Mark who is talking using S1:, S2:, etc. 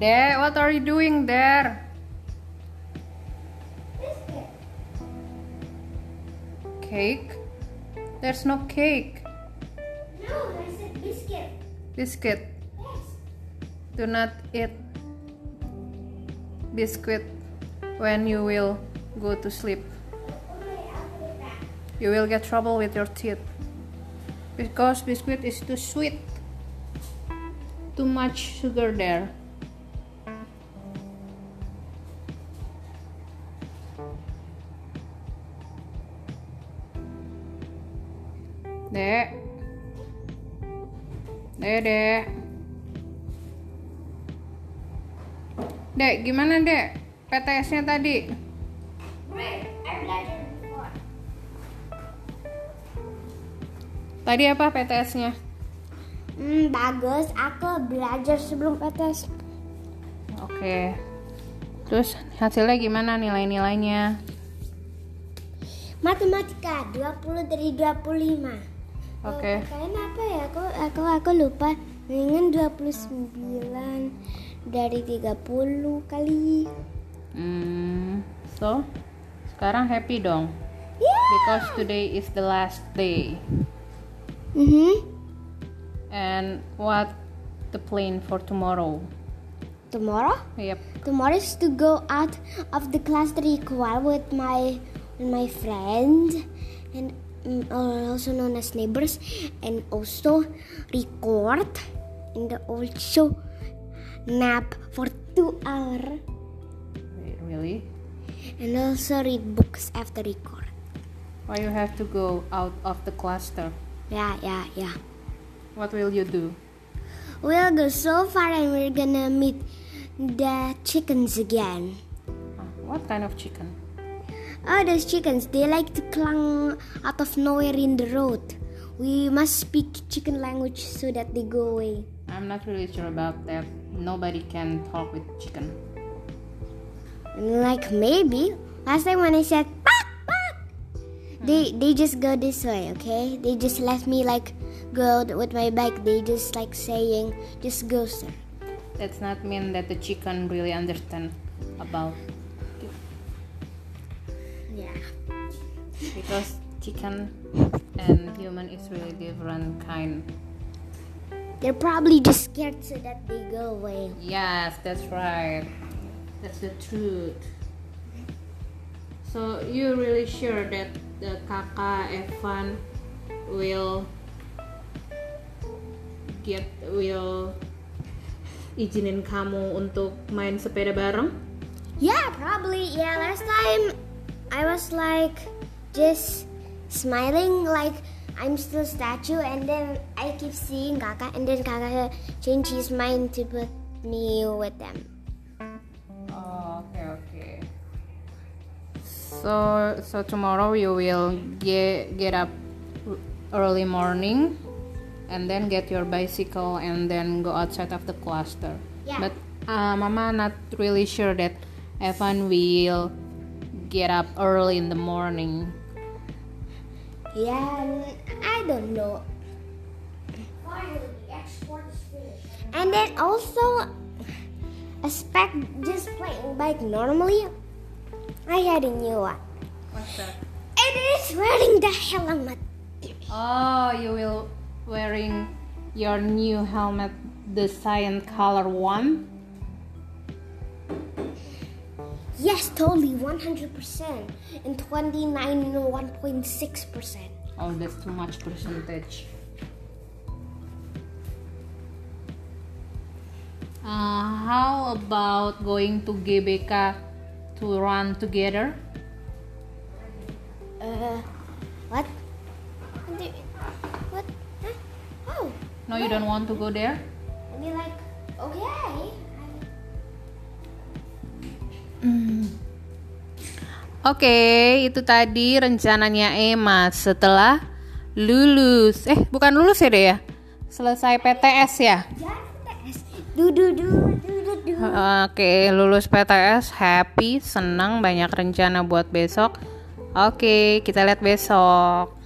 S1: Dad, what are you doing there? Cake? There's no cake.
S2: No, I said biscuit.
S1: Biscuit.
S2: Yes.
S1: Do not eat biscuit when you will go to sleep.
S2: Okay, I'll put it back.
S1: You will get trouble with your teeth. Because biscuit is too sweet. Too much sugar there. Dek. Dek, Dek. Dek, gimana, Dek? PTS-nya tadi?
S2: Great. I belajar before.
S1: Tadi apa PTS-nya?
S2: Hmm, bagus. Aku belajar sebelum PTS.
S1: Oke. Terus hasilnya gimana nilai-nilainya?
S2: Matematika 20 dari 25.
S1: Oke.
S2: Kalian apa ya? Aku aku aku lupa. Ingin 29 dari 30 kali. Ya.
S1: Hmm, so sekarang happy dong
S2: Yeah.
S1: because today is the last day.
S2: Mhm.
S1: And what the plan for tomorrow?
S2: Tomorrow?
S1: Yep.
S2: Tomorrow is to go out of the class three choir with my with my friends and mm, also known as neighbors and also record and also nap for two hour
S1: Wait, really?
S2: and also read books after record.
S1: Why you have to go out of the cluster?
S2: Yeah, yeah, yeah.
S1: What will you do?
S2: We'll go so far and we're gonna meet the chickens again.
S1: Ah, What kind of chicken?
S2: Oh, those chickens, they like to clung out of nowhere in the road. We must speak chicken language so that they go away.
S1: I'm not really sure about that. Nobody can talk with chicken.
S2: And like maybe last time when I said pak pak, they they just go this way, okay? They just left me like go with my bike. They just like saying just go sir.
S1: That's not mean that the chicken really understand about
S2: Yeah.
S1: because chicken and human is really different kind
S2: They're probably just scared so that they go away.
S1: yes that's right that's the truth so you really sure that the kakak evan will get will izinin kamu untuk main sepeda bareng
S2: Yeah, probably. Yeah, last time I was like just smiling like I'm still statue and then I keep seeing Kaka and then Kaka changed his mind to put me with them.
S1: oh okay okay so so tomorrow you will get get up early morning and then get your bicycle and then go outside of the cluster
S2: Yeah.
S1: but uh, mama not really sure that evan will get up early in the morning
S2: Yeah, and I don't know. And then also a spec just playing bike normally. I had a new one.
S1: what's that
S2: It is wearing the helmet.
S1: oh you will wearing your new helmet the cyan color one
S2: Yes, totally, 100%. And 29 and 1.6%.
S1: Oh, that's too much percentage. Uh, how about going to GBK to run together?
S2: Uh, what? What? do- What? Huh? Oh,
S1: No, you don't want to go there?
S2: I mean, like, okay.
S1: Oke, itu tadi rencananya Emma setelah lulus. Eh, bukan lulus ya, Dea ya? Selesai PTS ya?
S2: Yes. Do, do, do, do, do, do.
S1: Oke, lulus PTS, happy, senang, banyak rencana buat besok. Oke, kita lihat besok.